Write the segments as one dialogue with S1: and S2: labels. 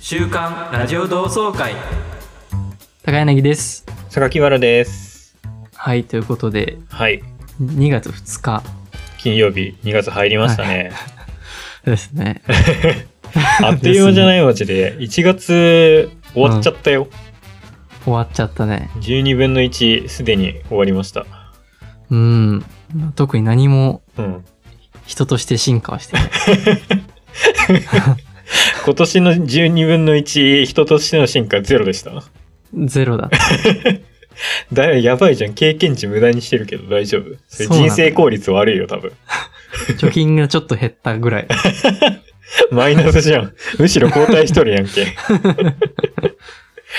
S1: 週刊ラジオ同窓会
S2: 高柳です。
S3: 榊原です。
S2: はい、ということで、
S3: はい。
S2: 2月2日
S3: 金曜日、2月入りましたね。
S2: ですね。
S3: あっという間じゃないマジで。1月終わっちゃったよ。
S2: 終わっちゃったね。
S3: 12分の1、すでに終わりました。
S2: うん。特に何も
S3: うん。
S2: 人として進化はしてない。
S3: 今年の12分の1、人としての進化ゼロでした。
S2: ゼロだった。
S3: だいやばいじゃん。経験値無駄にしてるけど大丈夫。それ
S2: そうなんだ
S3: 人生効率悪いよ、多分。
S2: 貯金がちょっと減ったぐらい。
S3: マイナスじゃん。むしろ後退しとるやんけ。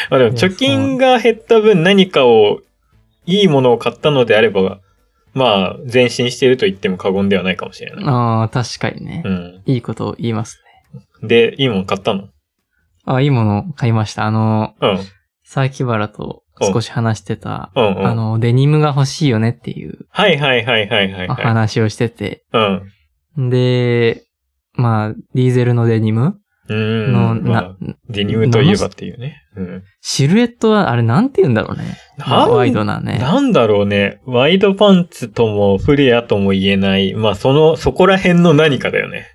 S3: まあでも、貯金が減った分何かを、いいものを買ったのであれば、まあ、前進してると言っても過言ではないかもしれない。
S2: ああ、確かにね
S3: う。ん。
S2: いいことを言いますね。
S3: で、いいもの買ったの
S2: あいいもの買いました。あの、
S3: うん。
S2: 榊原と少し話してた、
S3: うんう
S2: あ
S3: ん。
S2: の、デニムが欲しいよねっていう
S3: はいはいはいはいはい、はい。
S2: 話をしてて。
S3: うん。
S2: で、まあ、ディーゼルのデニム
S3: う
S2: の、
S3: ーん。まあ
S2: な、、
S3: デニムといえばっていうね。うん。
S2: シルエットは、あれなんて言うんだろうね。
S3: なん
S2: ワイドなね。
S3: なんだろうね。ワイドパンツともフレアとも言えない。まあ、その、そこら辺の何かだよね。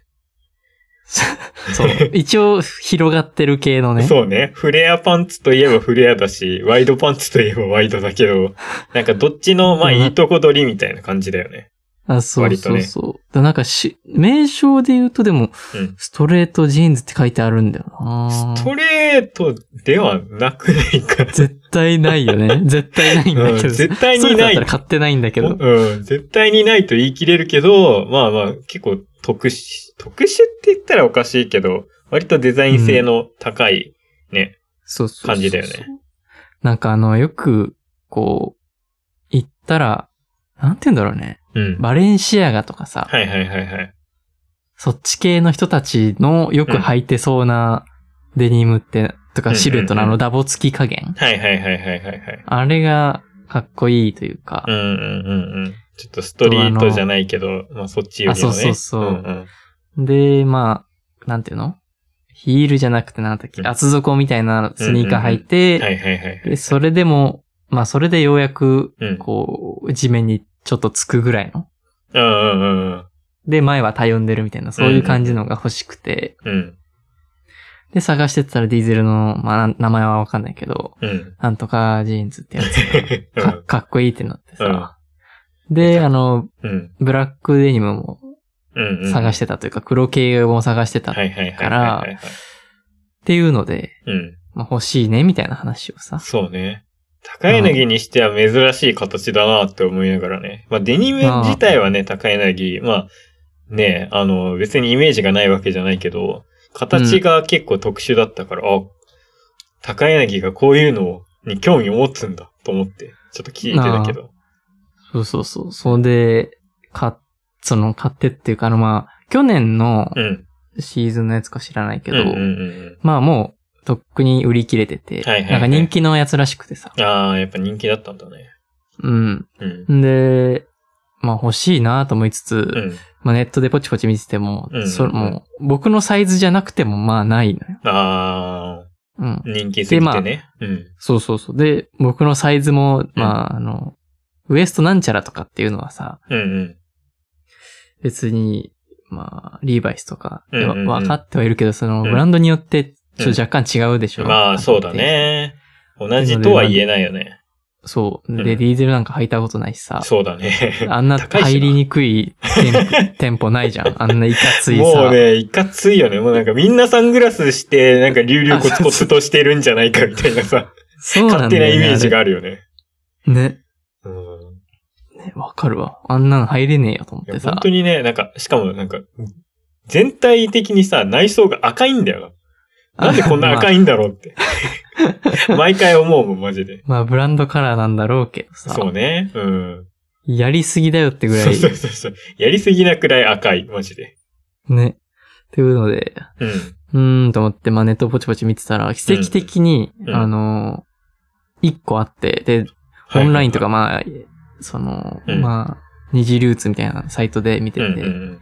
S2: そう。一応、広がってる系のね。
S3: そうね。フレアパンツといえばフレアだし、ワイドパンツといえばワイドだけど、なんかどっちの、まあ
S2: うん
S3: いいとこ取りみたいな感じだよね。
S2: あそう
S3: 割と
S2: そう
S3: ね
S2: そう。だなんかし、名称で言うとでも、
S3: うん。
S2: ストレートジーンズって書いてあるんだよな
S3: ストレートではなくないか。
S2: 絶対ないよ ね。絶対ないんだけど。
S3: うん絶対にない
S2: そうだったら買ってないんだけど。
S3: うん。絶対にないと言い切れるけど、まあまあ結構特殊、特殊って言ったらおかしいけど、割とデザイン性の高い、ね。
S2: そうそうそう
S3: 感じだよね。
S2: なんかあの、よく、こう、言ったら、なんて言うんだろうね。
S3: うん。
S2: バレンシアガとかさ、
S3: はいはいはいはい。
S2: そっち系の人たちのよく履いてそうなデニムって、とかシルエットのあ
S3: うん
S2: の
S3: うんうん
S2: ダボつき加減。
S3: はいはいはいはいはいはい。
S2: あれがかっこいいというか、
S3: うんうんうんうん。ちょっとストリートじゃないけど、まあそっちよりもね。
S2: あそうそうそうん
S3: ん
S2: で、まあ、なんていうのヒールじゃなくてなんだっけ、
S3: うん
S2: 厚底みたいなスニーカー履いて、
S3: はいはいはいはい。
S2: でそれでも、まあそれでようやく、
S3: うん。
S2: こう、地面にちょっとつくぐらいの。
S3: うんうんうん
S2: で、前は頼んでるみたいな、そういう感じのが欲しくて、
S3: うん。
S2: で、探してたらディーゼルの、まあ、な名前はわかんないけど、
S3: うん。
S2: なんとかジーンズってやつがか、かっこいいってなってさ。
S3: う
S2: で、
S3: ん
S2: あの、
S3: うん。
S2: ブラックデニムも
S3: うん。うん
S2: 探してたというか、黒系も探してたっ
S3: はいはいはいはいはい。
S2: からていうので、
S3: うん。
S2: まあ、欲しいね、みたいな話をさ。
S3: そうね。高柳にしては珍しい形だなって思いながらね。まあデニム自体はね、高柳、まあね、あの別にイメージがないわけじゃないけど、形が結構特殊だったから、あ、高柳がこういうのに興味を持つんだと思って、ちょっと聞いてたけど。
S2: そうそうそう。そんで、か、その、買ってっていうか、あの、まあ、去年の
S3: うん。
S2: シーズンのやつか知らないけ
S3: うん
S2: ど、
S3: うんうん
S2: まあもう、とっくに売り切れてて、
S3: はいはいはい
S2: なんか人気のやつらしくてさ。
S3: うん。ああ、やっぱ人気だったんだね。
S2: うん。
S3: うん。
S2: んで、まあ欲しいなと思いつつ、
S3: うん。
S2: まあネットでポチポチ見てても、
S3: うん
S2: それもう、僕のサイズじゃなくてもまあないのよ。
S3: ああ、
S2: うん。
S3: 人気すぎてね。うん。
S2: そうそうそう。で、僕のサイズも、まあ、あの、ウエストなんちゃらとかっていうのはさ、
S3: うんうん。
S2: 別に、まあ、リーバイスとかでは、
S3: うんうんうん
S2: 分かってはいるけど、その、
S3: うん
S2: ブランドによって、ちょっと若干違うでしょ、
S3: まあ、そうだ。ね。同じとは言えないよね。
S2: そう。
S3: う
S2: で、
S3: ん
S2: ディーゼルなんか履いたことないしさ。
S3: そうだね。
S2: あんな
S3: 高いしな
S2: 入りにくい店店舗ないじゃ ん。あんないかついさ。
S3: もうね、いかついよね。もうなんかみんなサングラスして、なんか流々コツコツとしてるんじゃないかみたいなさ、
S2: そうな
S3: 勝
S2: ん
S3: 手
S2: だ
S3: な
S2: よ、ね。
S3: イメージが
S2: あ
S3: あるよね。
S2: れ。ね。
S3: うん。
S2: ねわかるわ。あんなん入れねえよと思っ
S3: いや
S2: て
S3: 本
S2: さ
S3: 当。にね、なんか、しかもなんか、全体的にさ、内装が赤いんだよな。なんでこんな赤
S2: い、
S3: いんだろうって。 毎回思うもん、マジで。
S2: まあ、まあブランドカラーなんだろうけどさ。
S3: そうね。うん。
S2: やりすぎだよってぐら
S3: そう
S2: い。
S3: そうそうそう。やりすぎなくらい赤い、マジで。
S2: ね。っていうので、
S3: うん。
S2: うーんと思って、まあ、ネットをポチポチ見てたら、奇跡的に、
S3: うん
S2: あのー、一個あって、で、オンラインとか、まあ、その、
S3: うん
S2: まあ、二次流通みたいなサイトで見て
S3: うんうん
S2: て、
S3: うん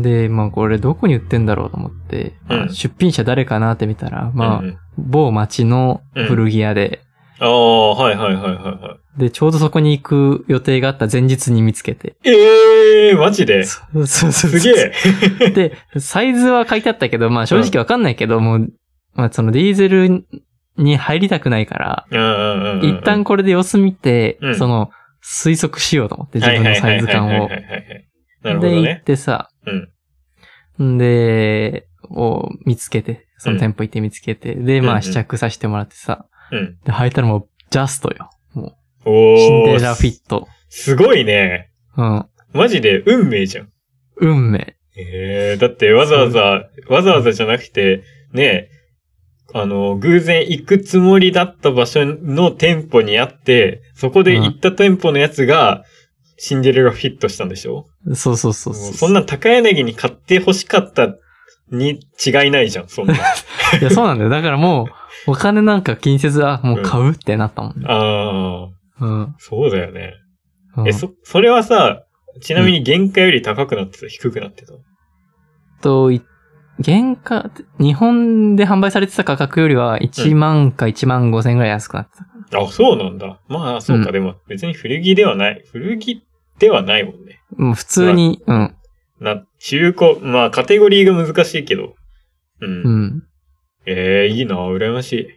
S2: で、まあこれどこに売ってんだろうと思って、
S3: うん
S2: 出品者誰かなって見たら、まあ、
S3: うんうん
S2: 某町の古着屋で、
S3: ああ、はいはいはいはいはい。
S2: で、ちょうどそこに行く予定があった前日に見つけて。
S3: ええー、マジで
S2: そうそうそう
S3: すげ え。
S2: え。で、サイズは書いてあったけど、まあ正直わかんないけど、もう、まあそのディーゼルに入りたくないから、
S3: うんうんうんうん
S2: 一旦これで様子見て、
S3: うん
S2: その、推測しようと思って、自分のサイズ感を
S3: はい。はいはいはいはいはいなるほ
S2: で、
S3: ど
S2: 行っ
S3: ね。
S2: てさ、んで、を見つけて、その店舗行って見つけて、で、ま
S3: うんう
S2: あ
S3: ん
S2: 試着させてもらってさ、
S3: うん。
S2: で、履いたらもう、ジャストよ。
S3: おー。
S2: シンデレラフィット。
S3: すごいね。
S2: うん。
S3: マジで運命じゃん。
S2: 運命。
S3: ええだってわざわざ、わざわざじゃなくて、ねあの、偶然行くつもりだった場所の店舗にあって、そこで行った店舗のやつが、シンデレラフィットしたんでしょ
S2: そうそうそうそう
S3: も
S2: う。
S3: そんな高柳に買って欲しかったに違いないじゃん、そ んな。
S2: いや、そうなんだよ。だからもう、お金なんか気にせず、あ、もう買うってなったもんね。
S3: ああ、
S2: うん。
S3: そうだよね。
S2: うん、
S3: え、そ、それはさ、ちなみに原価より高くなってた、低くなってた。
S2: と、い原価、日本で販売されてた価格よりは1万か1万5千ぐらい安くなってた。
S3: あ、そうなんだ。まあ、そうか、
S2: うん
S3: でも別に古着ではない。古着ではないもんね。
S2: もう普通に、うん。
S3: な、中古、まあ、カテゴリーが難しいけど。うん。
S2: うん。
S3: ええいいな、羨ましい。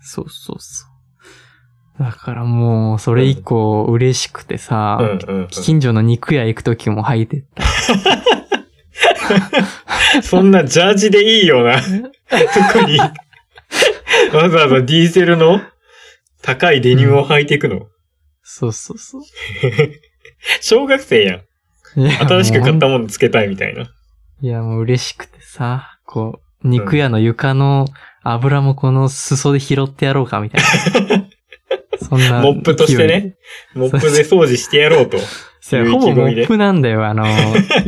S2: そうそうそう。だからもう、それ以降、嬉しくてさ、
S3: うんうん、うん。
S2: 近所の肉屋行くときも履いてった。
S3: そんなジャージでいいような、とこに、わざわざディーゼルの高いデニムを履いていくの。
S2: そうそうそう。
S3: 小学生やん。新
S2: 新
S3: しく買ったものつけたいみたいな。
S2: いや、もう嬉しくてさ、こう、肉屋の床の油もこの裾で拾ってやろうかみたい な。そんな。
S3: モップとしてね。モップで掃除してやろうと。
S2: 勢いで。いやほぼモップなんだよ、 あの、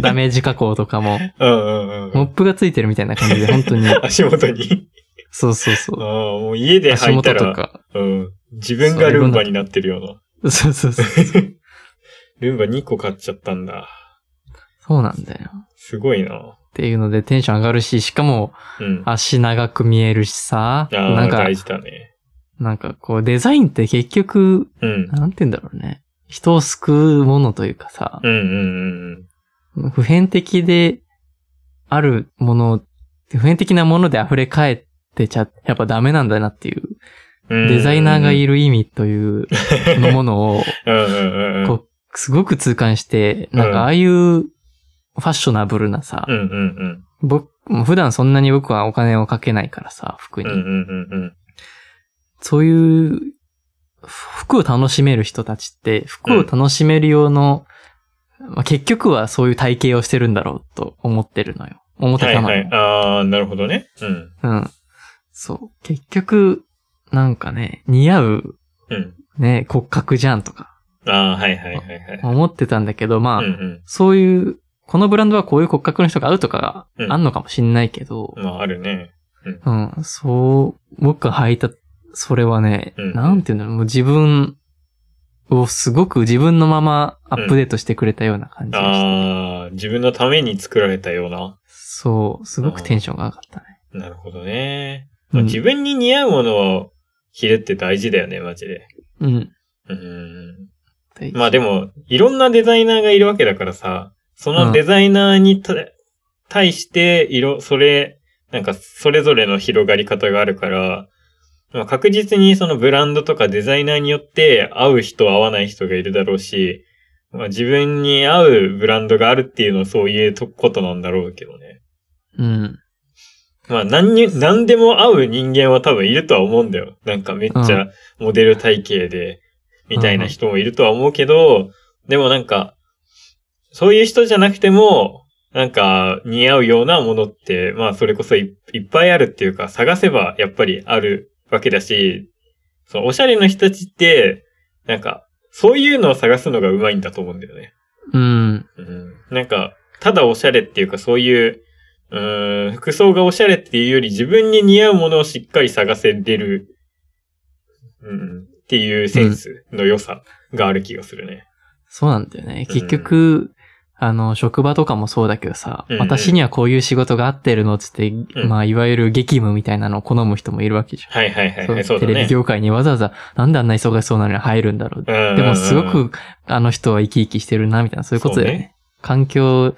S2: ダメージ加工とかも。
S3: うんうんう
S2: モッ
S3: ん。
S2: プがついてるみたいな感じで、本当に。
S3: 足元に。
S2: そうそう
S3: ああ、
S2: そ
S3: もう家
S2: う。
S3: で
S2: 足
S3: 履い
S2: 元
S3: た
S2: と
S3: ら、
S2: か。
S3: うん。自分がルンバになってるような。
S2: そうそうそう。
S3: ルンバ2個買っちゃったんだ。
S2: そうなんだよ。
S3: すごいな。
S2: っていうのでテンション上がるし、しかも
S3: うん。あ
S2: 足長く見えるしさ、な
S3: あ、
S2: んか
S3: 大、事だね。
S2: なんかこうデザインって結局、
S3: うん。
S2: なんて言うんだろうね。人を救うものというかさ
S3: う、んうんうん
S2: 普遍的であるもの、普遍的なもので溢れ返ってちゃ、やっぱダメなんだなっていう、
S3: うん。
S2: デザイナーがい
S3: る。
S2: る意味というのものを、
S3: うんうん うんうん。
S2: こう、すごく痛感して、なん
S3: うん
S2: かああいうファッショナブルなさ
S3: う、んうん
S2: 僕、普段そんなに僕はお金をかけないからさ、服
S3: うん。
S2: に。
S3: うんうんうん
S2: そういう、服を楽しめる人たちって、服を楽しめる用の、まあ、結局はそういう体型をしてるんだろうと思ってるのよ。思
S3: うん。
S2: って
S3: は
S2: た
S3: い
S2: の
S3: は
S2: よ、
S3: い。ああ、なるほどね。うん。
S2: うん。そう。結局、なんかね、似合う、
S3: うん。
S2: ね、骨格じゃんとか、
S3: ああ、はいはいはいはい。
S2: 思ってたんだけど、まあ、
S3: うん
S2: そういう、このブランドはこういう骨格の人が合うとか
S3: うん
S2: があんのかもしんないけど、
S3: うん。まあ、あるね。
S2: うん、そう、僕が履いた、それはね、
S3: うん
S2: なんていうんだろう、もう自分をすごく自分のままアップデートしてくれたような感じがして、
S3: ああ、自分のために作られたような。
S2: そう、すごくテンションが上がったね。
S3: なるほどね。
S2: う
S3: まあ
S2: ん
S3: 自分に似合うものを着るって大事だよね、マジで。
S2: うん。
S3: うん。
S2: で
S3: まあでも、いろんなデザイナーがいるわけだからさ、そのデザイナーにた、対して、色、それ、なんか、それぞれの広がり方があるから、まあ、確実にそのブランドとかデザイナーによって合う人合わない人がいるだろうし、まあ、自分に合うブランドがあるっていうのはそういうとことなんだろうけどね。
S2: うん。
S3: まあ何に、何でも合う人間は多分いるとは思うんだよ。なんかめっち
S2: う
S3: ゃモデル体型で、みたいな人もいるとは思うけど、でもなんか、そういう人じゃなくても、なんか似合うようなものって、まあそれこそいいっぱいあるっていうか、探せばやっぱりあるわけだし、そのおしゃれな人たちって、なんか、そういうのを探すのが上手いんだと思うんだよね。
S2: うん。
S3: うんなんか、ただおしゃれっていうか、そういう、うーん、服装がおしゃれっていうより、自分に似合うものをしっかり探せれる、うん、っていうセンスの良さがある気がするね。
S2: そうなんだよね。
S3: うん
S2: 結局、あの、職場とかもそうだけどさ、
S3: うんうん
S2: 私にはこういう仕事が合ってるのっつって、
S3: ん
S2: まあ、いわゆる激務みたいなのを好む人もいるわけじゃん。
S3: はいはいはいはい。 そう
S2: テ
S3: だ
S2: レビ
S3: ね。
S2: 業界にわざわざ、なんであんな忙しそうなのに入るんだろう。
S3: うんうんうん
S2: でも、すごく、あの人は生き生きしてるな、みたいな、そういうことだよね。
S3: そう
S2: 環境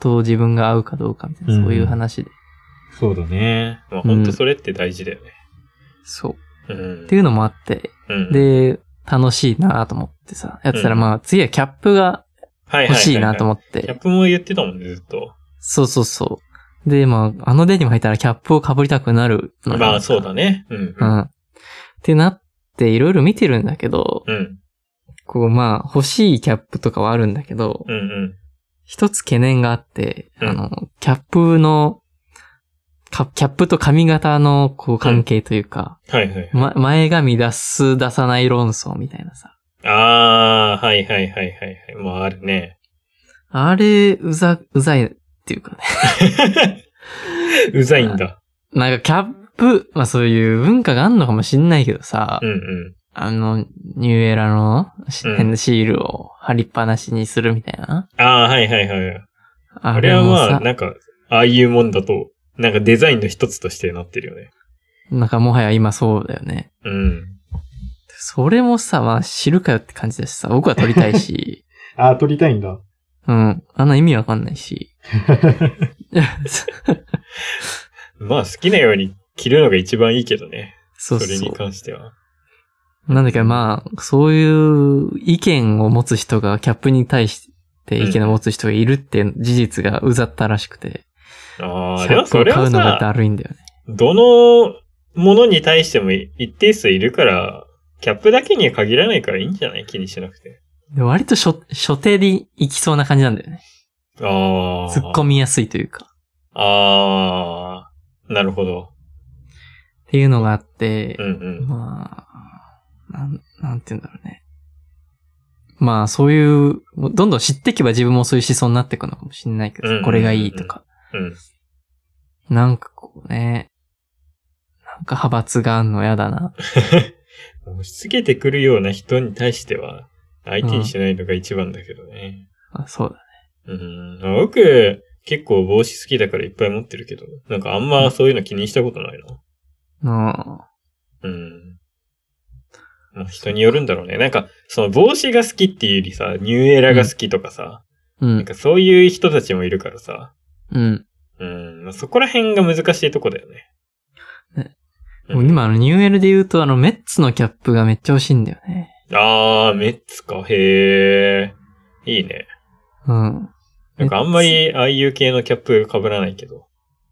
S2: と自分が合うかどうかみたいな、そういう話で。
S3: そうだね。まあ本当それって大事だよね。
S2: そう。
S3: うん
S2: っていうのもあって、
S3: うん、
S2: で、楽しいなと思ってさ、やってたら、
S3: うん
S2: まあ、次はキャップが
S3: はいはいはいはい
S2: 欲しいなと思っ
S3: キャッ
S2: て。
S3: プも言ってたもんね、ずっと。
S2: そうそうそう。で、まあ、あのデニム履いたらキャップを被りたくなるのよ
S3: まあそうだね。うん。
S2: うん。ってなって、いろいろ見てるんだけど、
S3: うん。
S2: こう、まあ、欲しいキャップとかはあるんだけど、
S3: うんうん。
S2: 一つ懸念があって、
S3: うん
S2: あの、キャップの、かキャップと髪型の、こう、関係というか、
S3: はいはい。
S2: ま、前髪出す、出さない論争みたいなさ。
S3: ああ、はいはいはいはいはい。まああるね。
S2: あれ、うざ、うざいっていうかね。
S3: うざいんだ。
S2: なんかキャップ、まあそういう文化があんのかもしんないけどさ、
S3: うんうん。
S2: あの、ニューエラのし
S3: うん
S2: 変なシールを貼りっぱなしにするみたいな。
S3: ああ、はいはいはい。
S2: あ
S3: あれは
S2: も
S3: まあ、
S2: さ、
S3: なんか、ああいうもんだと、なんかデザインの一つとしてなってるよね。
S2: なんかもはや今そうだよね。
S3: うん。
S2: それもさ、まあ知るかよって感じだしさ、僕は撮りたい し、
S4: ああ、撮りたいんだ。
S2: うん、あんな意味わかんないし。
S3: まあ好きなように着るのが一番いいけどね。
S2: そ
S3: そ
S2: そ
S3: う
S2: う
S3: れに関しては。
S2: なんだけどまあ、そういう意見を持つ人が、キャップに対して意見を持つ人がいるって事実がうざったらしくて、
S3: あ
S2: キ
S3: あ、で
S2: ャッ
S3: も
S2: プ
S3: そ
S2: を
S3: れ
S2: 買
S3: は
S2: うのが
S3: さ、
S2: だるいんだよね。
S3: どのものに対しても一定数いるから、キャップだけには限らないからいいんじゃない気にしなくて。
S2: で割と初初手でいきそうな感じなんだよね。
S3: ああ。
S2: 突っ込みやすいというか。
S3: ああ、なるほど。
S2: っていうのがあって
S3: うん、うん。
S2: まあ、なん、なんて言うんだろうね。まあ、そういう、どんどん知ってけば自分もそういう思想になっていくのかもしれないけど
S3: うんうんう
S2: さ、
S3: んうん
S2: これがいいとか。
S3: うん。
S2: なんかこうね、なんか派閥があんの嫌だな。
S3: 押し付けてくるような人に対しては、相手にしないのが一番だけどね。
S2: あそうだね。
S3: うん。あ僕、結構帽子好きだからいっぱい持ってるけど、なんかあんまそういうの気にしたことないな。
S2: うん。
S3: うん。まあ、人によるんだろうね。なんか、その帽子が好きっていうよりさ、ニューエラが好きとかさ、
S2: う
S3: なん
S2: ん。
S3: かそういう人たちもいるからさ、
S2: うん。
S3: うん。まあ、そこら辺が難しいとこだよね。
S2: ね
S3: うん
S2: 今、あの、ニューエルで言うと、あの、メッツのキャップがめっちゃ欲しいんだよね。
S3: あー、メッツか。へー。いいね。
S2: うん。
S3: なんかあんまりああいう系のキャップ被らないけど。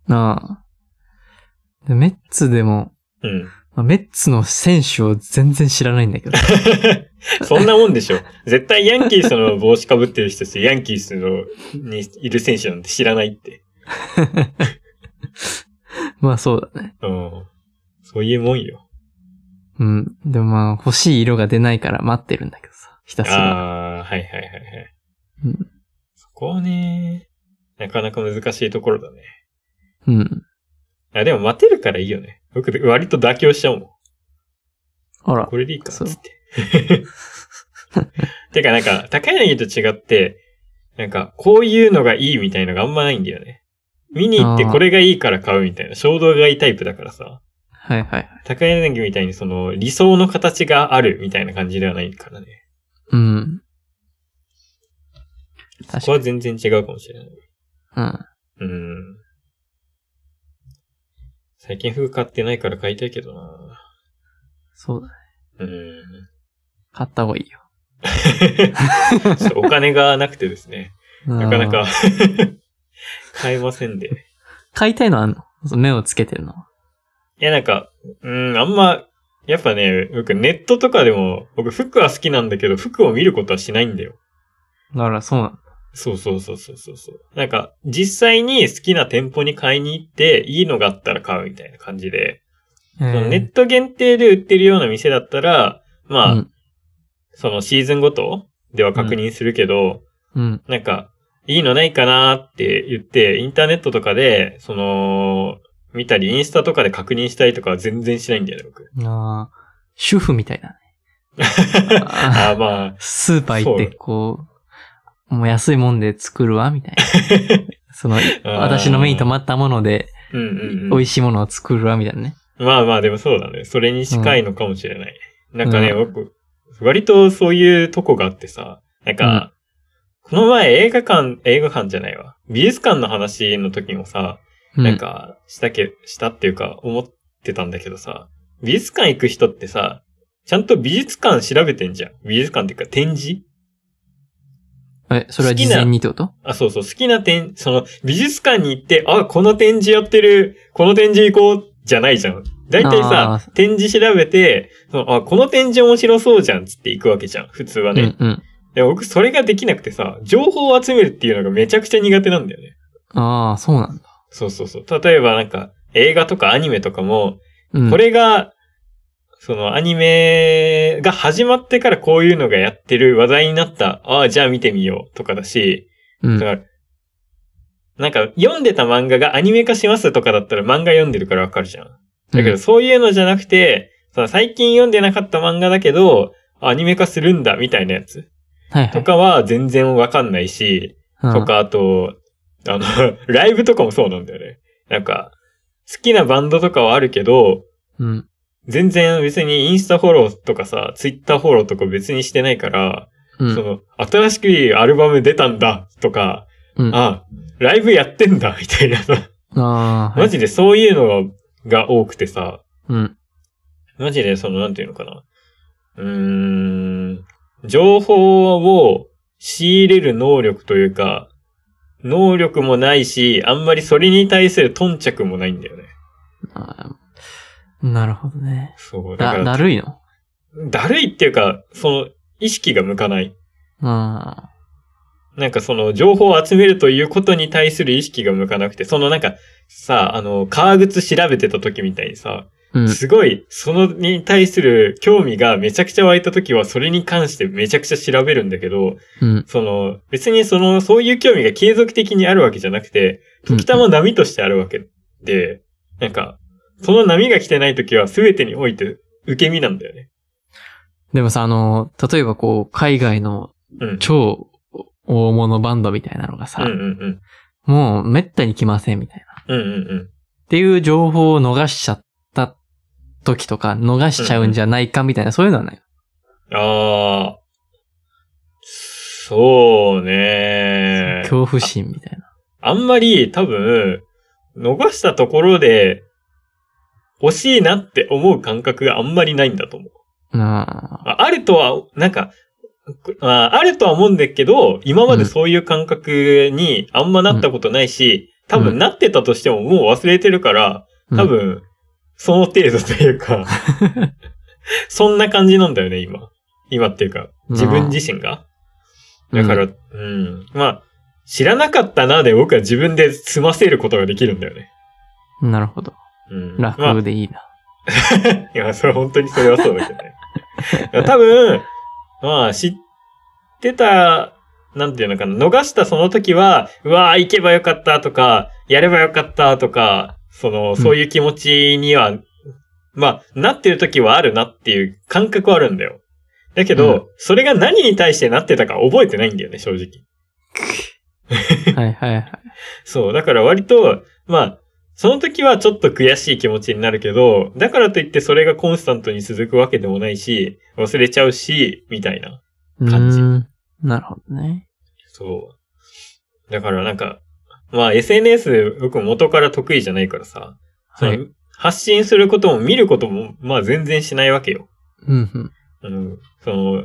S2: なあ。でメッツでも、
S3: うん。
S2: まあメッツの選手を全然知らないんだけど。
S3: そんなもんでしょ。絶対ヤンキースの帽子被ってる人たち、ヤンキースのにいる選手なんて知らないって。
S2: まあそうだね。
S3: うん。そういうもんよ。
S2: うん。でもまあ欲しい色が出ないから待ってるんだけどさ。ひたすら。
S3: あー、はいはいはいはい。
S2: うん
S3: そこはね、なかなか難しいところだね。
S2: うん。
S3: あ、でも待てるからいいよね。僕、割と妥協しちゃうもん。
S2: あら
S3: こ。れでいいか、つ
S2: そう
S3: って。 てかなんか、高柳と違って、なんか、こういうのがいいみたいのがあんまないんだよね。見に行って
S2: あー
S3: これがいいから買うみたいな、衝動買いタイプだからさ。
S2: はいはい。
S3: 高柳みたいにその、理想の形があるみたいな感じではないからね。
S2: うん。
S3: そ
S2: 確
S3: こ
S2: か
S3: は全然違うかもしれない。
S2: に。うん。
S3: うん。最近服買ってないから買いたいけどな
S2: そうだね。
S3: うん。
S2: 買った方がいいよ。
S3: ちょっとお金がなくてです ね。な
S2: な
S3: かなか 買えませんで。
S2: 買いたいのあんのその目をつけてるの。
S3: いや、なんか、うん、あんま、やっぱね、僕ネットとかでも、僕服は好きなんだけど、服を見ることはしないんだよ。
S2: だからそうなん
S3: そうそうそうそうそうそう。なんか、実際に好きな店舗に買いに行って、いいのがあったら買うみたいな感じで、そのネット限定で売ってるような店だったら、まあ、
S2: うん
S3: そのシーズンごとでは確認するけど、
S2: うん。
S3: なんか、いいのないかなーって言って、インターネットとかで、その、見たり、インスタとかで確認したりとかは全然しないんだよね、 僕。
S2: ああ、主婦みたいなね。あ
S3: ああ、まあ、
S2: スーパー行って、こう、もう安いもんで作るわ、みたい な。その、私の目に留まったもので、
S3: うんうん、
S2: 美味しいものを作るわ、みたいなね。
S3: まあまあ、でもそうだね。それに近いのかもしれない。なんかね、
S2: う
S3: 僕、割とそういうとこがあってさ、なんか、この前映画館、映画館じゃないわ。美術館の話の時もさ、
S2: うん。
S3: なんか、したけ、したっていうか、思ってたんだけどさ、美術館行く人ってさ、ちゃんと美術館調べてんじゃん。美術館っていうか展示
S2: え、それは
S3: 好き
S2: 事
S3: な
S2: 前にってこと
S3: あ、そうそう、好きな展、その、美術館に行って、あ、この展示やってる、この展示行こう、じゃないじゃん。だいたい
S2: あ
S3: さ、
S2: ー
S3: 展示調べて、そのあ、この展示面白そうじゃん、つって行くわけじゃん、普通は
S2: うん
S3: ね。
S2: うん。
S3: で僕、それができなくてさ、情報を集めるっていうのがめちゃくちゃ苦手なんだよね。
S2: ああ、そうなんだ。
S3: そうそうそう。例えばなんか、映画とかアニメとかも、
S2: うん。
S3: これが、そのアニメが始まってからこういうのがやってる話題になった、ああ、じゃあ見てみようとかだし、
S2: うん、
S3: だからなんか読んでた漫画がアニメ化しますとかだったら漫画読んでるからわかるじゃん。だけどそういうのじゃなくて、その最近読んでなかった漫画だけど、あアニメ化するんだみたいなや
S2: う
S3: つ
S2: ん、はいは
S3: と
S2: い。
S3: かは全然わかんないし、
S2: うん
S3: と。か、あと、あの、 ライブとかもそうなんだよね。なんか、好きなバンドとかはあるけど、
S2: うん。
S3: 全然別にインスタフォローとかさ、ツイッターフォローとか別にしてないから、
S2: う
S3: そ
S2: ん。
S3: の、新しくいいアルバム出たんだとか、
S2: うん、あ
S3: あ、ライブやってんだみたいなさ、
S2: あー、は
S3: マ
S2: い。
S3: ジでそういうのが多くてさ、
S2: うん。
S3: マジでその、なんていうのかな。うーん、情報を仕入れる能力というか、能力もないし、あんまりそれに対する頓着もないんだよね。
S2: あーなるほどね。
S3: そう、だか
S2: だ、
S3: ら、
S2: だ
S3: だ
S2: るいの
S3: るいっていうか、その、意識が向かない。
S2: あ
S3: なんかその、情報を集めるということに対する意識が向かなくて、そのなんか、さ、あの、革靴調べてた時みたいにさ、
S2: あ、うん。
S3: すごい、そのに対する興味がめちゃくちゃ湧いた時は、それに関してめちゃくちゃ調べるんだけど、
S2: うん。
S3: その、別にその、そういう興味が継続的にあるわけじゃなくて、時たま波としてあるわけで、なんか、その波が来てない時は全てにおいて受け身なんだよね。
S2: でもさ、あの、例えばこう、海外の
S3: うん。
S2: 超大物バンドみたいなのがさ、
S3: うんうん
S2: もう滅多に来ませんみたいな。
S3: うん。うんうんうん。
S2: っていう情報を逃しちゃった時とか、逃しちゃうんじゃないかみたいな、そういうのはない。
S3: あー。そうね
S2: 恐怖心みたいな。
S3: あんまり多分、逃したところで、欲しいなって思う感覚があんまりないんだと思う。
S2: なあ
S3: ああるとは、なんか、ああるとは思うんだけど、今までそういう感覚にあんまなったことないし、多
S2: う
S3: 分
S2: ん
S3: なってたとしてももう忘れてるから、
S2: うん
S3: 多分、その程度とい うか、そんな感じなんだよね、今。今っていうか、自分自身が。だから、うん、まあ、知らなかったなで僕は自分で済ませることができるんだよね。
S2: なるほど。
S3: うん、まあ
S2: 楽でいいな。
S3: いや、それ本当にそれはそうだけど ね。多分、まあ、知ってた、なんていうのかな、逃したその時は、うわー行けばよかったとか、やればよかったとか、その、そういう気持ちには、まあ、なってる時はあるなっていう感覚はあるんだよ。だけど、
S2: うん
S3: それが何に対してなってたか覚えてないんだよね、正直。
S2: はいはい はい。
S3: そう、だから割と、まあ、その時はちょっと悔しい気持ちになるけど、だからといってそれがコンスタントに続くわけでもないし、忘れちゃうし、みたいな。
S2: う
S3: 感じ
S2: ーん。なるほどね。
S3: そう。だからなんか、まあ SNS 僕元から得意じゃないからさ、そ
S2: はい。
S3: の発信することも見ることも、まあ全然しないわけよ。
S2: うんうん。
S3: うん、その、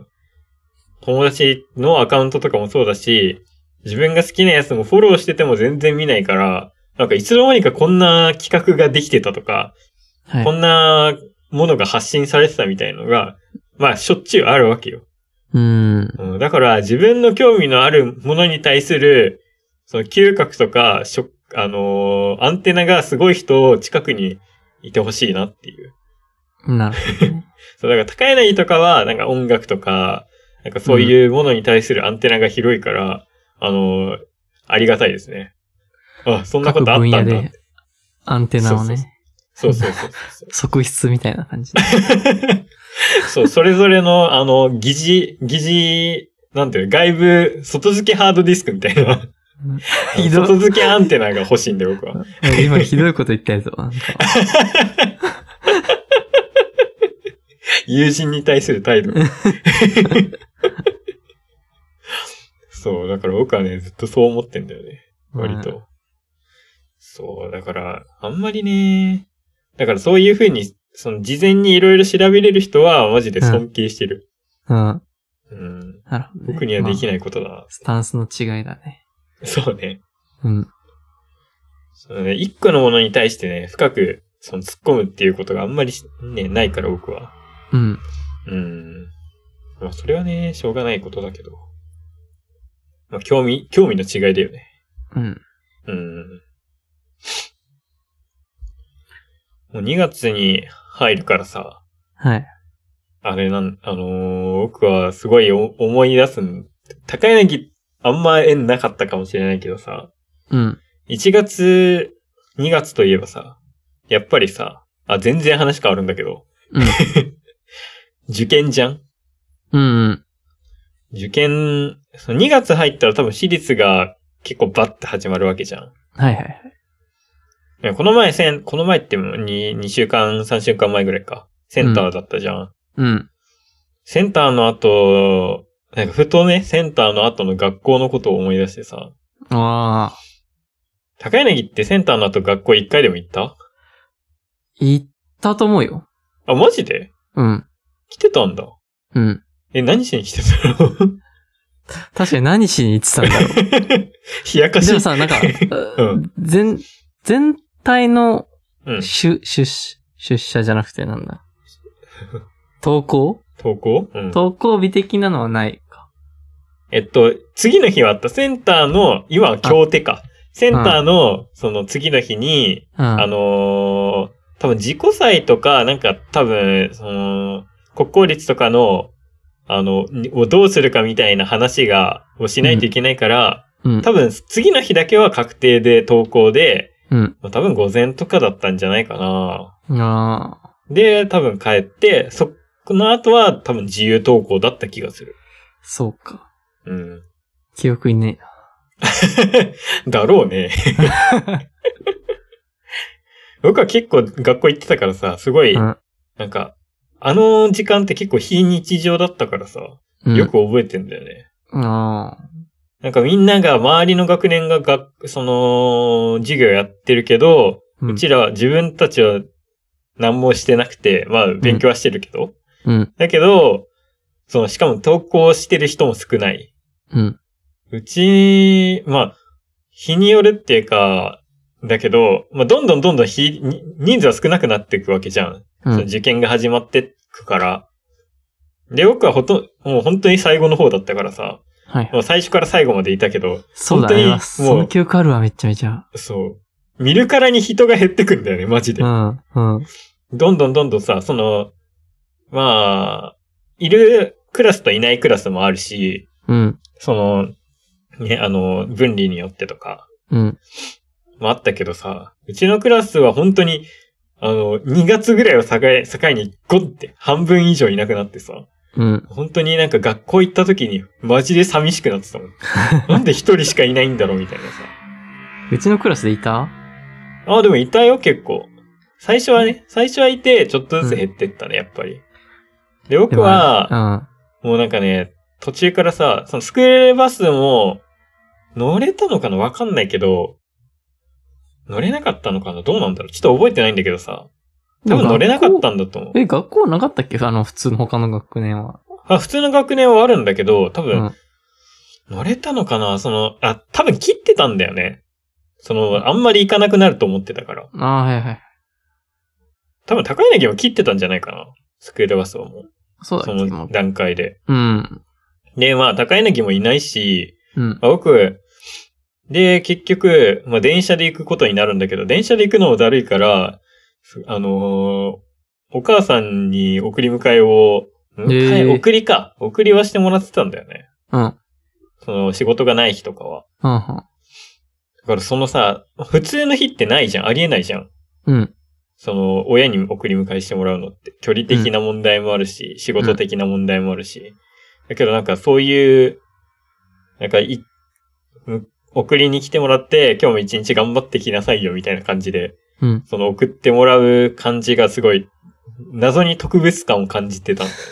S3: 友達のアカウントとかもそうだし、自分が好きなやつもフォローしてても全然見ないから、なんかいつの間にかこんな企画ができてたとか、
S2: はい
S3: こ。んなものが発信されてたみたいのが、まあしょっちゅうあるわけよ。
S2: うーん。
S3: うん、だから自分の興味のあるものに対する、その嗅覚とか、しょあのーアンテナがすごい人を近くにいてほしいなっていう。
S2: なるほどね。
S3: そう、だから高柳とかは、なんか音楽とか、なんかそういうものに対するアンテナが広いから、あの、ありがたいですね。あ、そんなこ
S2: 各
S3: とあっ
S2: 分野
S3: たんだ。
S2: でアンテナを
S3: そうそう
S2: ね、
S3: そうそうそうそう。
S2: 側室みたいな感じで。
S3: そう、それぞれの、あの、疑似、疑似、なんていうの、外部、外付けハードディスクみたいな。
S2: ひどい
S3: 外付けアンテナが欲しいんで、僕は。
S2: え 今ひどいこと言ったやつなんか。
S3: 友人に対する 態度。そう、だから僕はね、ずっとそう思ってんだよね。割と。そう、だから、あんまりね、だからそういうふうに、その事前にいろいろ調べれる人は、マジで尊敬してる。
S2: うん。うん。
S3: うん。
S2: なるほど、ね。
S3: 僕にはでき
S2: い、
S3: ないことだな。
S2: スタンスの違いだね。
S3: そうね。
S2: うん。
S3: そのね、一個のものに対してね、深く、その突っ込むっていうことがあんまりしね、ないから僕は。
S2: うん。
S3: うん。まあ、それはね、しょうがないことだけど。まあ、興味、興味の違いだよね。
S2: うん。
S3: うん。もう2月に入るからさ、
S2: はい。
S3: あれなん、あのー僕はすごいお思い出すん、高柳、あんま縁なかったかもしれないけどさ、
S2: うん。
S3: 1月、2月といえばさ、やっぱりさ、あ、全然話変わるんだけど、
S2: うん
S3: 受験じゃん
S2: うんうん。
S3: 受験、その2月入ったら多分私立が結構バッて始まるわけじゃん。
S2: はいはいはい。
S3: ねこの前、せんこの前っても 2, 2週間、3週間前ぐらいか。センターだったじゃん。
S2: うん。
S3: センターの後、なんかふとね、センターの後の学校のことを思い出してさ、
S2: ああ。
S3: 高柳ってセンターの後学校1回でも行った
S2: 行ったと思うよ。
S3: あ、マジで
S2: うん。
S3: 来てたんだ。
S2: うん。
S3: え、何しに来てたの
S2: 確 かに何しに行ってたんだろう。
S3: 冷 やかし
S2: でもさ、なんか、
S3: うん
S2: 全、全体の
S3: うん。
S2: 出、出し、出社じゃなくてなんだ。投稿
S3: 投稿うん。
S2: 投稿日的なのはないか。
S3: えっと、次の日はあった。センターの、今は京手か。センターの、その次の日に、
S2: うん。
S3: あのー多分自己祭とか、なんか多分、その、国公立とかの、あの、にをどうするかみたいな話が、をしないといけないから、
S2: うん、
S3: 多分次の日だけは確定で投稿で、
S2: うん。
S3: まあ多分午前とかだったんじゃないかな。
S2: ああ、
S3: で、多分帰って、そ、この後は多分自由投稿だった気がする。
S2: そうか。
S3: うん。
S2: 記憶にね
S3: だろう ね。僕は結構学校行ってたからさ、すご
S2: え
S3: い、
S2: な。
S3: なんか、あの時間って結構非日常だったからさ、
S2: うん。
S3: よく覚えてんだよね。
S2: うん。あ
S3: なんかみんなが、周りの学年が学、その、授業やってるけど、
S2: あ。
S3: うちらは自分たちは何もしてなくて、まあ勉強はしてるけど。
S2: うん。
S3: だけど、その、しかも投稿してる人も少ない。
S2: うん。
S3: うち、まあ、日によるっていうか、だけど、まあどんどんどんどん日、に人数は少なくなっていくわけじゃん。
S2: う
S3: その
S2: ん。
S3: 受験が始まってくから。で、僕はほとん、もう本当に最後の方だったからさ、
S2: はい。
S3: もう最初から最後までいたけど、
S2: そうだね。
S3: 本当に
S2: まあその記憶あるわ、めちゃめちゃ。
S3: そう、見るからに人が減ってくんだよね、マジで
S2: う。ん。うん。
S3: どんどんどんどんさ、その、まあ、いるクラスといないクラスもあるし、
S2: うん。
S3: その、ね、あの、分離によってとか、
S2: うん。
S3: もあったけどさ、うちのクラスは本当に、あの、2月ぐらいを境、境にゴンって半分以上いなくなってさ、
S2: うん。
S3: 本当になんか学校行った時にマジで寂しくなっ てたもん。なんで一人しかいないんだろうみたいなさ。
S2: うちのクラスでいた
S3: ああ、でもいたよ結構。最初はね、最初はいてちょっとずつ減ってったね、やっぱり。で、僕は、もうなんかね、途中からさ、そのスクールバスも乗れたのかなわかんないけど、乗れなかったのかなどうなんだろうちょっと覚えてないんだけどさ。
S2: うん。
S3: 多分乗れなかっ
S2: でも学校
S3: たんだと思う。
S2: え、学校なかったっけあの、普通の他の学年は。
S3: あ、普通の学年はあるんだけど、多
S2: う
S3: 分、
S2: ん。
S3: 乗れたのかなその、あ、多分切ってたんだよね。その、あんまり行かなくなると思ってたから。
S2: ああ、はいはい。
S3: 多分高柳は切ってたんじゃないかな。スクールバスはもう。
S2: そう
S3: そ
S2: だっけも
S3: の
S2: う
S3: 段階で。
S2: うん。
S3: で、まあ、高柳もいないし、
S2: うん。
S3: まあ僕、で、結局、まあ、電車で行くことになるんだけど、電車で行くのもだるいから、すあのーお母さんに送り迎えを、迎え、
S2: へー
S3: 送りか。送りはしてもらってたんだよね。
S2: うん。
S3: その、仕事がない日とかは。
S2: うん。
S3: だからそのさ、普通の日ってないじゃん。ありえないじゃん。
S2: うん。
S3: その、親に送り迎えしてもらうのって、距離的な問題もあるし、仕事的な問題もあるし。だけどなんかそういうなんかい、む送りに来てもらって、今日も一日頑張ってきなさいよみたいな感じで、
S2: うん。
S3: その送ってもらう感じがすごい、謎に特別感を感じてたんだよね。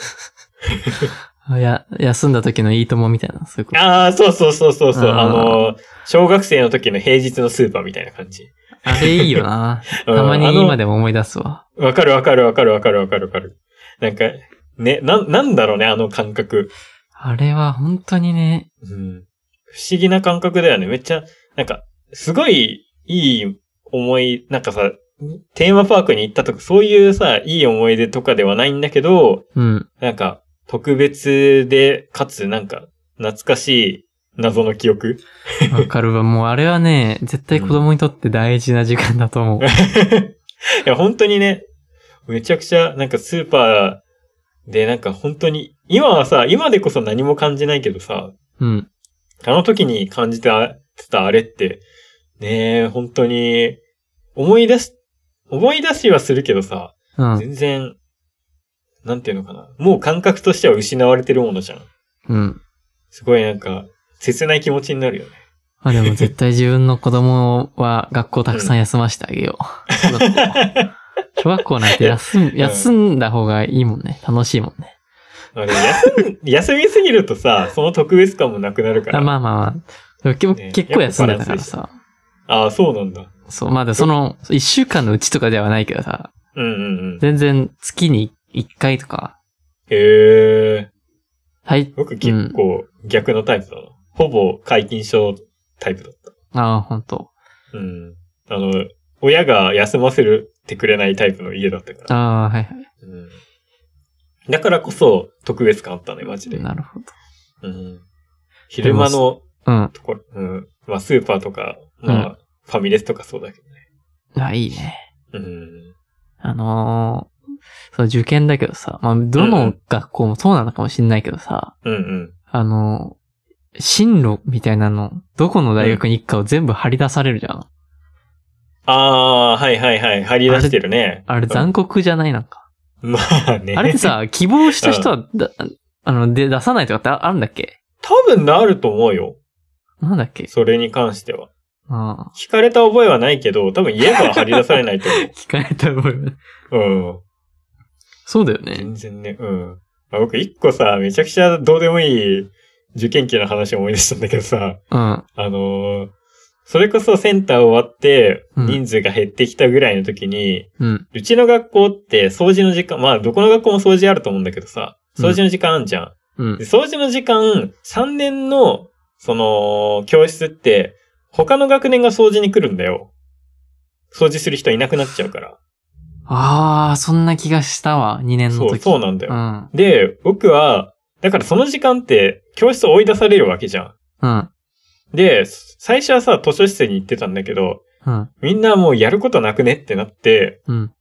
S2: あいや、休んだ時のいいともみたいな、そういうこと。
S3: ああ、そうそうそうそうそ
S2: あ
S3: う、
S2: ー
S3: あの、小学生の時の平日のスーパーみたいな感じ。
S2: あれいいよな。
S3: う
S2: た
S3: ん
S2: まに
S3: あの
S2: 今でも思い出すわ。
S3: わかるわかるわかるわかるわかるわかる。なんか、ね、なん、なんだろうね、あの感覚。
S2: あれは本当にね、
S3: うん。不思議な感覚だよね。めっちゃ、なんか、すごいいい思い、なんかさ、テーマパークに行ったとか、そういうさ、いい思い出とかではないんだけど、
S2: うん。
S3: なんか、特別で、かつ、なんか、懐かしい謎の記憶。
S2: わかるわ。もうあれはね、絶対子供にとって大事な時間だと思う。
S3: いや、本当にね、めちゃくちゃ、なんかスーパーで、なんか本当に、今はさ、今でこそ何も感じないけどさ、
S2: うん。
S3: あの時に感じてたあれって、ねえ、本当に、思い出し、思い出しはするけどさ、
S2: うん。
S3: 全然、なんていうのかな。もう感覚としては失われてるものじゃん。
S2: うん。
S3: すごいなんか、切ない気持ちになるよね。
S2: まあでも絶対自分の子供は学校たくさん休ませてあげよう。小学校。小学校なんて休む、休んだ方がいいもんね。楽しいもんね。
S3: あれ休ん 休みすぎるとさ、その特別感もなくなるか
S2: あ
S3: ら。
S2: まあまあまあ。でも結
S3: ね
S2: 構結構休んでたからさ。
S3: ああ、そうなんだ。
S2: そう、まあでもその、一週間のうちとかではないけどさ、
S3: うんうんうん。
S2: 全然月に一回とか、
S3: へえ。
S2: はい、
S3: 僕結構逆のタイプだな。ほぼ解禁症タイプだった。
S2: ああ、本当
S3: うん。あの、親が休ませるってくれないタイプの家だったから。
S2: ああ、はいは
S3: うん、だからこそ特別感あったね、マジで
S2: い。。なるほど。
S3: うん、昼間の
S2: うん。
S3: ところ、うん。まあ、スーパーとか、まあ、ファミレスとかそうだけどね。
S2: あいいね。
S3: うん。
S2: あのー、そう、受験だけどさ、まあ、ど
S3: うんう
S2: の
S3: ん
S2: 学校もそうなのかもしんないけどさ、
S3: うんうん。
S2: あのー、進路みたいなの、どこの大学に行くかを全部張り出されるじゃん。
S3: ああー、はいはいはい。張り出してるね。
S2: あれ残酷じゃないなんか。
S3: うんまあね。
S2: あれって、 さ、希望した人はだ、あの、で、出さないとかってああるんだっけ
S3: 多分なると思うよ。
S2: なんだっけ
S3: それに関しては。
S2: ああ、
S3: 聞かれた覚えはないけど、多分言えば張り出されないと
S2: 聞かれた覚え。
S3: 思う。
S2: そうだよ
S3: うん。
S2: ね。
S3: 全然ね、うん。まあ、僕一個さ、めちゃくちゃどうでもいい受験期の話を思い出したんだけどさ、
S2: うん。
S3: あのーそれこそセンター終わって、
S2: うん
S3: 人数が減ってきたぐらいの時に、
S2: うん。
S3: うちの学校って掃除の時間、まあどこの学校も掃除あると思うんだけどさ、掃除の時間あんじゃん。
S2: うん
S3: で。掃除の時間、3年の、その、教室って、他の学年が掃除に来るんだよ。掃除する人いなくなっちゃうから。
S2: ああ、そんな気がしたわ、2年の
S3: そう、
S2: 時。
S3: そうなんだよ。
S2: うん。
S3: で、僕は、だからその時間って、教室追い出されるわけじゃん。
S2: うん。
S3: で、最初はさ、図書室に行ってたんだけど、
S2: うん。
S3: みんなもうやることなくねってなって、
S2: うん。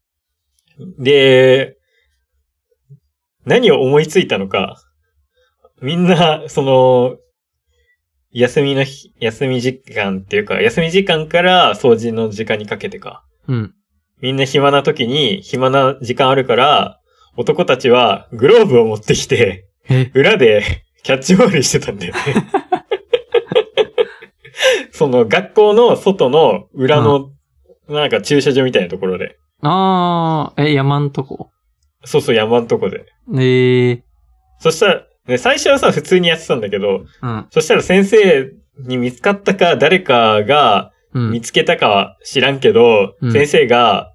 S3: で、何を思いついたのか、みんな、その、休みの日、休み時間っていうか、休み時間から掃除の時間にかけてか。
S2: うん。
S3: みんな暇な時に、暇な時間あるから、男たちはグローブを持ってきて、
S2: え、
S3: 裏でキャッチボールしてたん だよね。その学校の外の裏の、なんか駐車場みたいなところで。
S2: ああ、え、山んとこ。
S3: そうそう、山のとこで。
S2: ええ
S3: そしたら、ね、最初はさ、普通にやってたんだけど、
S2: うん。
S3: そしたら先生に見つかったか、誰かが
S2: う
S3: 見
S2: ん。
S3: つけたかは知らんけど、
S2: うん
S3: 先生が、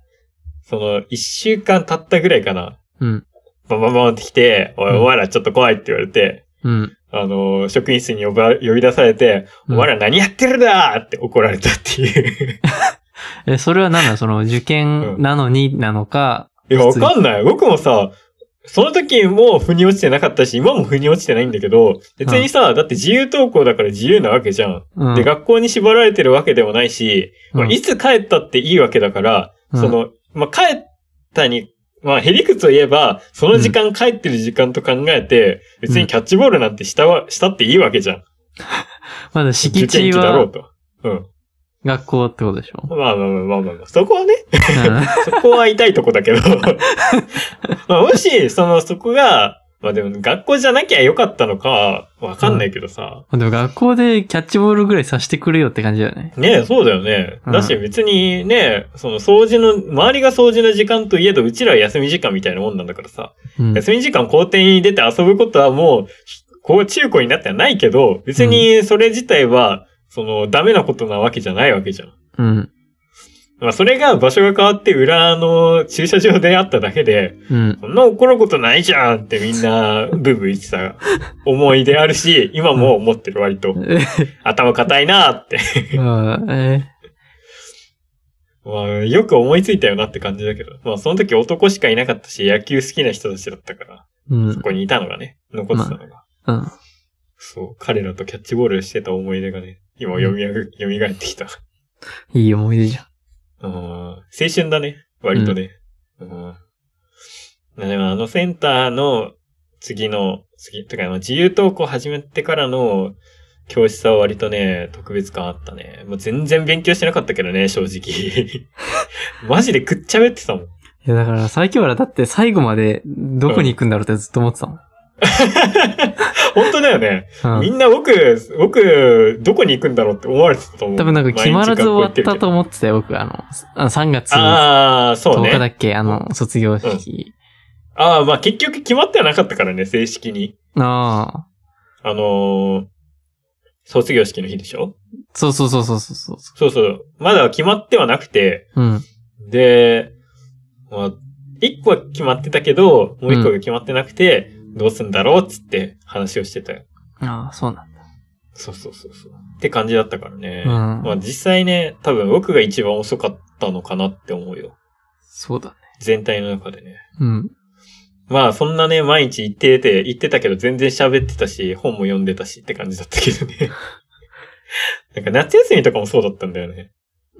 S3: その、一週間経ったぐらいかな、
S2: うん。
S3: バンバンバンって来て、おい、
S2: うん
S3: お前らちょっと怖いって言われて、
S2: うん。
S3: あの、職員室に呼ば呼び出されて、
S2: うん
S3: お前ら何やってるんだって怒られたっ ていう。
S2: え、それは何だその、 受験なのになのか、
S3: いや、わかんない。僕もさ、その時も腑に落ちてなかったし、今も腑に落ちてないんだけど、別にさ、だって自由登校だから自由なわけじゃん。
S2: うん。
S3: で、学校に縛られてるわけでもないし、
S2: うん
S3: まあいつ帰ったっていいわけだから、
S2: うん
S3: その、まあ、帰ったに、まあ、へりくつを言えば、その時間帰ってる時間と考えて、別にキャッチボールなんてしたわ、したっていいわけじゃん。
S2: まだ敷
S3: 受
S2: 地
S3: 験期だろう
S2: は
S3: と。うん。
S2: 学校ってことでしょ。
S3: まあまあまあまあまあまあ、そこはね、
S2: うん。
S3: そこは痛いとこだけど。まあもし、その、そこが、まあでも学校じゃなきゃよかったのか、わかんないけどさ。
S2: でも学校でキャッチボールぐらいさせてくれよって感じだよね。
S3: ねえ、そうだよね。
S2: うん
S3: だし別にね、その掃除の、周りが掃除の時間といえど、うちらは休み時間みたいなもんなんだからさ。
S2: うん。
S3: 休み時間校庭に出て遊ぶことはもう、こう中高になってはないけど、別にそれ自体は、その、ダメなことなわけじゃないわけじゃん。
S2: うん。
S3: まあそれが場所が変わって裏の駐車場であっただけで、
S2: うん。
S3: そんな怒ることないじゃんってみんなブーブー言ってた思い出あるし、今も思ってる割 と
S2: え
S3: 頭固いなーって。
S2: あーえ
S3: まあよく思いついたよなって感じだけど。まあその時男しかいなかったし野球好きな人たちだったから、
S2: ーうん。う
S3: そこにいたのがね、残ってたのが。
S2: ん。
S3: そう、彼らとキャッチボールしてた思い出がね、今読み上げ、蘇ってきた。
S2: いい思い出じゃん。
S3: うん青春だね、割とね。うん。でもあのセンターの次の、次、てかまあ自由投稿始めてからの教師さは割とね、特別感あったね。もう全然勉強してなかったけどね、正直。 マジでくっちゃべってたもん。
S2: いや、だから、最近はだって最後までどこに行くんだろうってずっと思ってたも
S3: 本当だよね。
S2: ん。う
S3: み
S2: ん。
S3: んな僕、僕、どこに行くんだろうって思われてたと思う。
S2: 多分なんか決まらず終わったと
S3: う。
S2: 思ってたよ、僕。あの、あの3月10
S3: ああ、そうね
S2: 日。だっけ、あの、卒業式。
S3: ああ、まあ結局決まってはなかったからね、正式に。
S2: ああ。
S3: あのー卒業式の日でしょ
S2: そうそうそうそうそうそう。
S3: そうそう。まだ決まってはなくて、
S2: うん。
S3: で、まあ、一個は決まってたけど、もう一個が決まってなくて、どうすんだろうっつって話をしてたよ。
S2: ああ、そうなんだ。
S3: そうそうそうそう。って感じだったからね。
S2: うん
S3: まあ実際ね、多分僕が一番遅かったのかなって思うよ。
S2: そうだね。
S3: 全体の中でね。
S2: うん。
S3: まあそんなね、毎日行ってて、行ってたけど全然喋ってたし、本も読んでたしって感じだったけど ね。なんか夏休みとかもそうだったんだよね。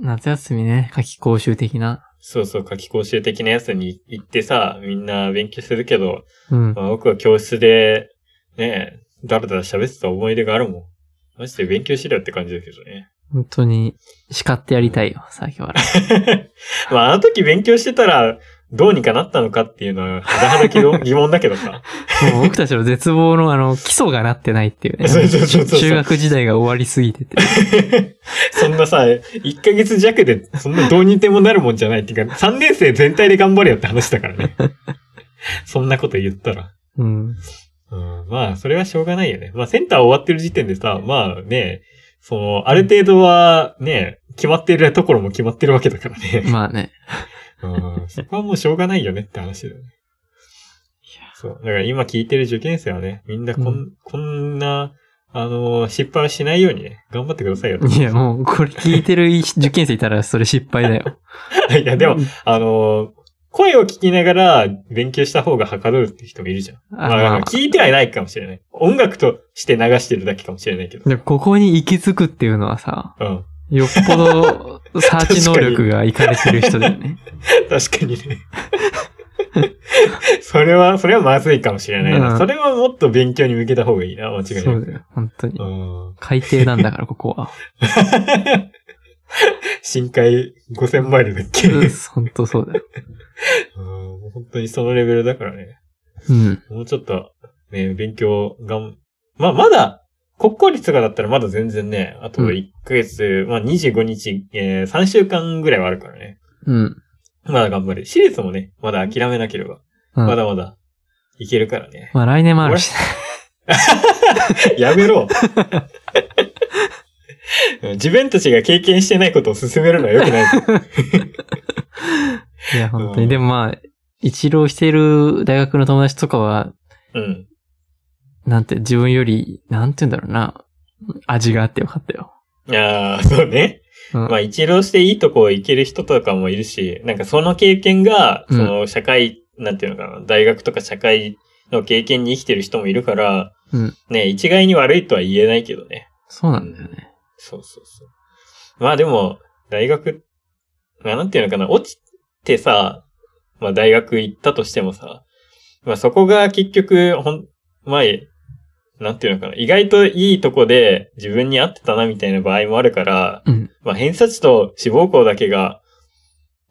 S2: 夏休みね、夏期講習的な。
S3: そうそう、夏期講習的なやつに行ってさ、みんな勉強するけど、
S2: うん。
S3: まあ、僕は教室で、ね、だらだら喋ってた思い出があるもん。マジで勉強しろよって感じだけどね。
S2: 本当に叱ってやりたいよ、最近は。
S3: まああの時勉強してたら、どうにかなったのかっていうのは、はだはだ疑問だけどさ。
S2: もう僕たちの絶望のあの、基礎がなってないっていうね。
S3: そうそうそうそう
S2: 中学時代が終わりすぎてて。
S3: そんなさ、1ヶ月弱で、そんなどうにでもなるもんじゃないっていうか、3年生全体で頑張れよって話だからね。そんなこと言ったら。
S2: うん。
S3: うん、まあ、それはしょうがないよね。まあ、センター終わってる時点でさ、まあね、その、ある程度はね、決まってるところも決まってるわけだから ね。
S2: まあね。
S3: うん、そこはもうしょうがないよねって話だよね。そう。だから今聞いてる受験生はね、みんなこん、
S2: うん
S3: こんな、あの失敗をしないようにね、頑張ってくださいよって。
S2: いや、もう、これ聞いてる受験生いたらそれ失敗だよ。
S3: いや、でも、あのー声を聞きながら勉強した方がはかどるって人もいるじゃん。
S2: あ
S3: まあ
S2: まあ
S3: 聞いてはいないかもしれない。音楽として流してるだけかもしれないけど。
S2: でもここに行き着くっていうのはさ、
S3: うん。
S2: よっぽ どサーチ能力がいかれてる人だよね。
S3: 確かにね。 それは、それはまずいかもしれないな。
S2: うん
S3: それはもっと勉強に向けた方がいいな、間違い
S2: そ
S3: な
S2: う
S3: く。
S2: だよ、本当に
S3: う。ん
S2: 海底なんだから、ここは。
S3: 深海5000マイルだっけ、う
S2: うんん、本当そうだよ。
S3: 本当にそのレベルだからね。
S2: うん。
S3: もうちょっと、ね、勉強がん、まあ、まだ、国公立とかだったらまだ全然ね、あと
S2: うん
S3: 1ヶ月、まあ25日、えー、3週間ぐらいはあるからね。
S2: うん。
S3: まだ頑張れる。私立もね、まだ諦めなければ、
S2: うん
S3: まだまだ、いけるからね。
S2: まあ来年もあるし、
S3: やめろ自分たちが経験してないことを進めるのは良くないぞ。
S2: いや、本当
S3: う
S2: に。
S3: ん
S2: でもまあ、一浪してる大学の友達とかは、
S3: うん。
S2: なんて自分より、なんて言うんだろうな、味があってよかったよ。
S3: ああ、そうね。
S2: うん。
S3: まあ一浪していいとこ行ける人とかもいるし、なんかその経験が、
S2: う
S3: そ
S2: ん
S3: の社会、なんていうのかな、大学とか社会の経験に生きてる人もいるから、
S2: うん
S3: ね、一概に悪いとは言えないけどね。
S2: そうなんだよね。
S3: そうそうそう。まあでも、大学、まあなんていうのかな、落ちてさ、まあ大学行ったとしてもさ、まあそこが結局、ほん、まあ、なんていうのかな、意外といいとこで自分に合ってたなみたいな場合もあるから、
S2: うん。
S3: まあ、偏差値と志望校だけが、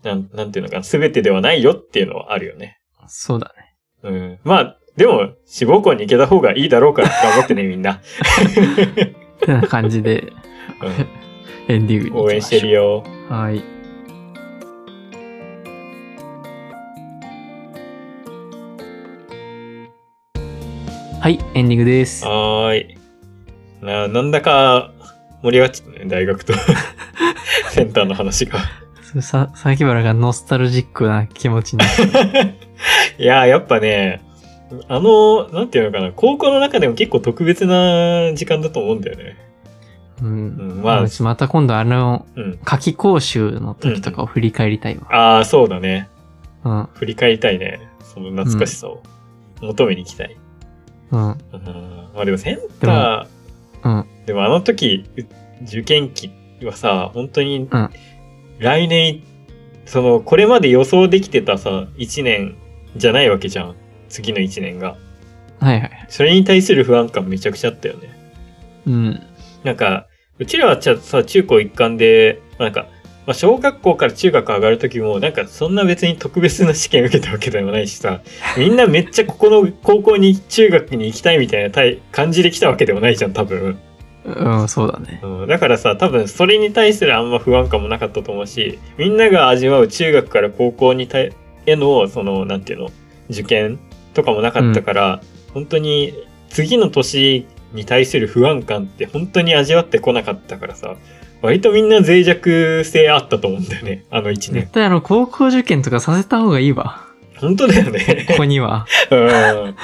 S3: なん、なんていうのかな、すべてではないよっていうのはあるよね。
S2: そうだね。
S3: うん。まあ、でも、志望校に行けた方がいいだろうから頑張ってね、みんな。
S2: てな感じで、
S3: う
S2: エンディングに行き
S3: ん
S2: まょう
S3: 応援してるよ。
S2: はい。はい、エンディングです。
S3: はーい。な、なんだか、盛り上がっちゃったね、大学と。センターの話が。
S2: さ、榊原がノスタルジックな気持ちに。
S3: いやー、やっぱね、あの、なんていうのかな、高校の中でも結構特別な時間だと思うんだよね。
S2: う。
S3: うんん、
S2: ま
S3: まあ、
S2: また今度あの、
S3: うん。
S2: 夏季講習の時とかを振り返りたいわ。
S3: ああ、そうだね。
S2: うん。
S3: 振り返りたいね。その懐かしさを求めに行きたい。
S2: うん。
S3: うん、まあでもセンタ
S2: でもう
S3: ー、でもあの時、う受験期はさ、本当に
S2: うん
S3: 来年、その、これまで予想できてたさ、1年じゃないわけじゃん。次の1年が。
S2: はいはい。
S3: それに対する不安感めちゃくちゃあったよね。
S2: うん。
S3: なんか、うちらはちゃさ、中高一貫で、まあなんか、まあ、小学校から中学上がる時も、なんかそんな別に特別な試験受けたわけでもないしさ、みんなめっちゃここの高校に、中学に行きたいみたいなタイ感じで来たわけでもないじゃん、多分。
S2: うん、そうだね。
S3: うん、だからさ、多分それに対するあんま不安感もなかったと思うし、みんなが味わう中学から高校に対への、その、なんていうの、受験とかもなかったから、本当に次の年に対する不安感って本当に味わってこなかったからさ、割とみんな脆弱性あったと思うんだよね、あの一
S2: 絶
S3: 年。
S2: 対あの、高校受験とかさせた方がいいわ。
S3: 本当だよ
S2: こ
S3: ね。
S2: こに は。
S3: うん。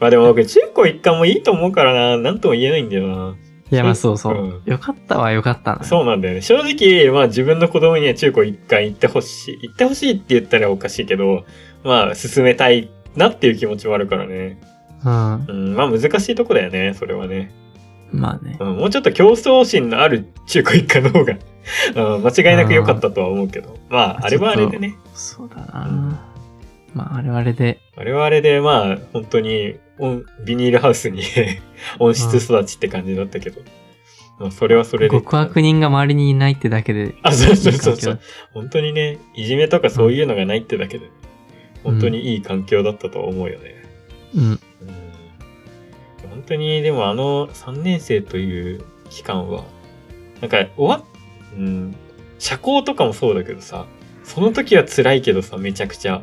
S3: まあでも僕、中高一貫もいいと思うからな、なんとも言えないんだよな。
S2: いや、まあそうそうう。よかったはよかったな。
S3: そうなんだよね。正直、まあ自分の子供には中高一貫行ってほしい。行ってほしいって言ったらおかしいけど、まあ進めたいなっていう気持ちもあるからね。
S2: うん。
S3: うん、まあ難しいとこだよね、それはね。
S2: まあね。
S3: うん、もうちょっと競争心のある中高一貫の方が、 うん、間違いなく良かったとは思うけど。まああれはあれでね。
S2: そうだな。まあ、あれはあれで。
S3: あれはあれで、まあ本当に温ビニールハウスに 温室育ちって感じだったけど。まあそれはそれで。
S2: 極悪人が周りにいないってだけで。
S3: あ、そう そうそうそ
S2: いい環境だ
S3: う。本当にね、いじめとかそういうのがないってだけで、本当にいい環境だったと思うよね。
S2: うん。
S3: うん本当に、でもあの3年生という期間は、なんか終わっ、うん、社交とかもそうだけどさ、その時は辛いけどさ、めちゃくちゃ。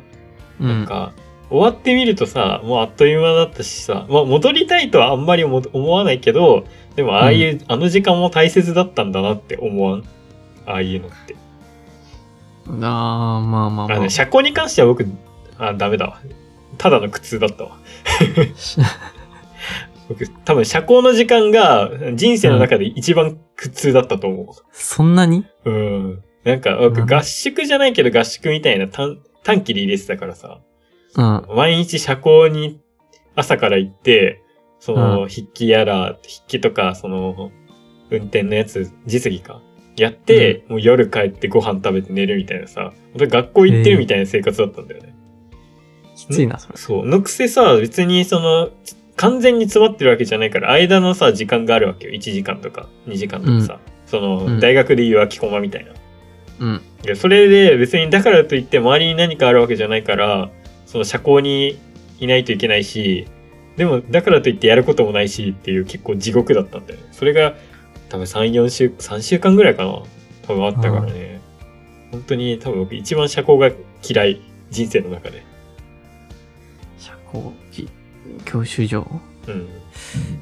S2: う
S3: なん
S2: ん。
S3: か、終わってみるとさ、もうあっという間だったしさ、まあ戻りたいとはあんまり思思わないけど、でもああいう、あの時間も大切だったんだなって思わん。ああいうのって。
S2: あー、まあまあまあ。
S3: あの社交に関しては僕、あ、ダメだわ。ただの苦痛だったわ。僕、多分社交の時間が人生の中で一番苦痛だったと思
S2: そんなに
S3: う。うん。なんか、僕
S2: うん
S3: 合宿じゃないけど合宿みたいな短短期で入れてたからさ、
S2: うん。
S3: 毎日社交に朝から行って、その、筆記やら、筆記とか、その、運転のやつ、実技か。やって、もう夜帰ってご飯食べて寝るみたいなさ、本当に学校行ってるみたいな生活だったんだよね。
S2: きついな、それ。
S3: そう。のくせさ、別にその、つ完全に詰まってるわけじゃないから、間のさ、時間があるわけよ。1時間とか、2時間とかさ。その、
S2: うん
S3: 大学でいう空きコマみたいな。
S2: うん。
S3: でそれで別にだからといって周りに何かあるわけじゃないから、その社交にいないといけないし、でもだからといってやることもないしっていう結構地獄だったんだよね。それが多分3、4週、3週間ぐらいかな。多分あったからね。本当に多分僕一番社交が嫌い。人生の中で。
S2: 社交期、教習所。
S3: うん。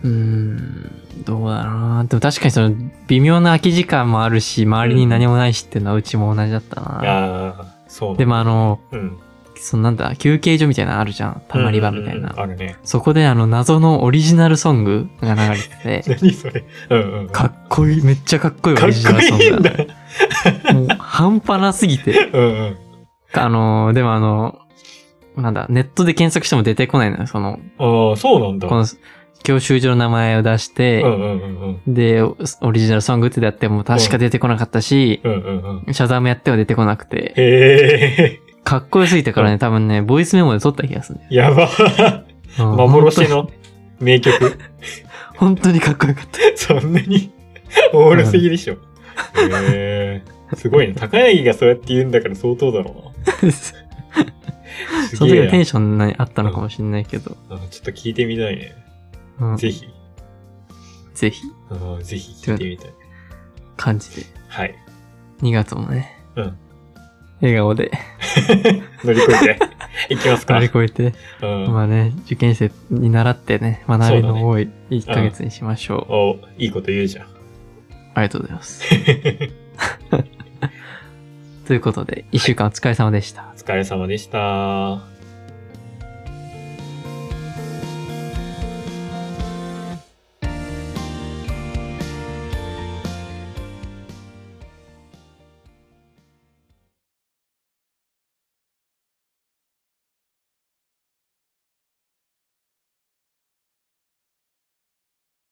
S2: うーん。どうだろうな。でも確かにその、微妙な空き時間もあるし、周りに何もないしっていうのはうちも同じだったな。
S3: ああ、そうなんだ
S2: でもあの、
S3: うん。
S2: そのなんだ、休憩所みたいなのあるじゃん。たまり場みたい
S3: うんうんうんあ
S2: な。
S3: るね。
S2: そこであの、謎のオリジナルソングが流れてて、
S3: 何それ。うんうん。
S2: か
S3: っ
S2: っこいい、めっちゃかっこいいオ
S3: かっ
S2: リジナルソン
S3: こいいん
S2: グ
S3: だ
S2: だ。。もう半端なすぎて。
S3: うんうん。
S2: あのーでもあのーなんだ、ネットで検索しても出てこないのよ。その、
S3: ああ、そうなんだ。
S2: この、教習所の名前を出して
S3: う、んうんうんうん。
S2: で、オオリジナルソングってやっても確か出てこなかったし、
S3: うんうんうん。
S2: シャザムやっては出てこなくて、
S3: へえ、
S2: かっこよすぎたからね、多分ね、ボイスメモで撮った気がするんだよ
S3: やば。
S2: うん
S3: 幻の名曲。
S2: 本当に本当にかっこよかった。
S3: そんなにおもろすぎでしょ。へえ、すごいね。高柳がそうやって言うんだから相当だろうな。す
S2: その時
S3: げえ
S2: の
S3: な。
S2: テ
S3: ち
S2: ンションなあったのかもしれないけど、
S3: ょっと聞いてみたいね。
S2: うん、
S3: ぜひ。
S2: ぜひ、
S3: うんぜひ聞いてみたい。
S2: 感じで、
S3: はい。
S2: 2月もね、
S3: うん
S2: 笑顔で
S3: 乗り越えていきますか。
S2: 乗り越えて、
S3: うん。
S2: まあね、受験生に習ってね、学びの多い1ヶ月にしましょう。
S3: お、いいこと言うじゃん。
S2: ありがとうござい ます。ということで、1週間お疲れ様でした。
S3: お疲れ様でした。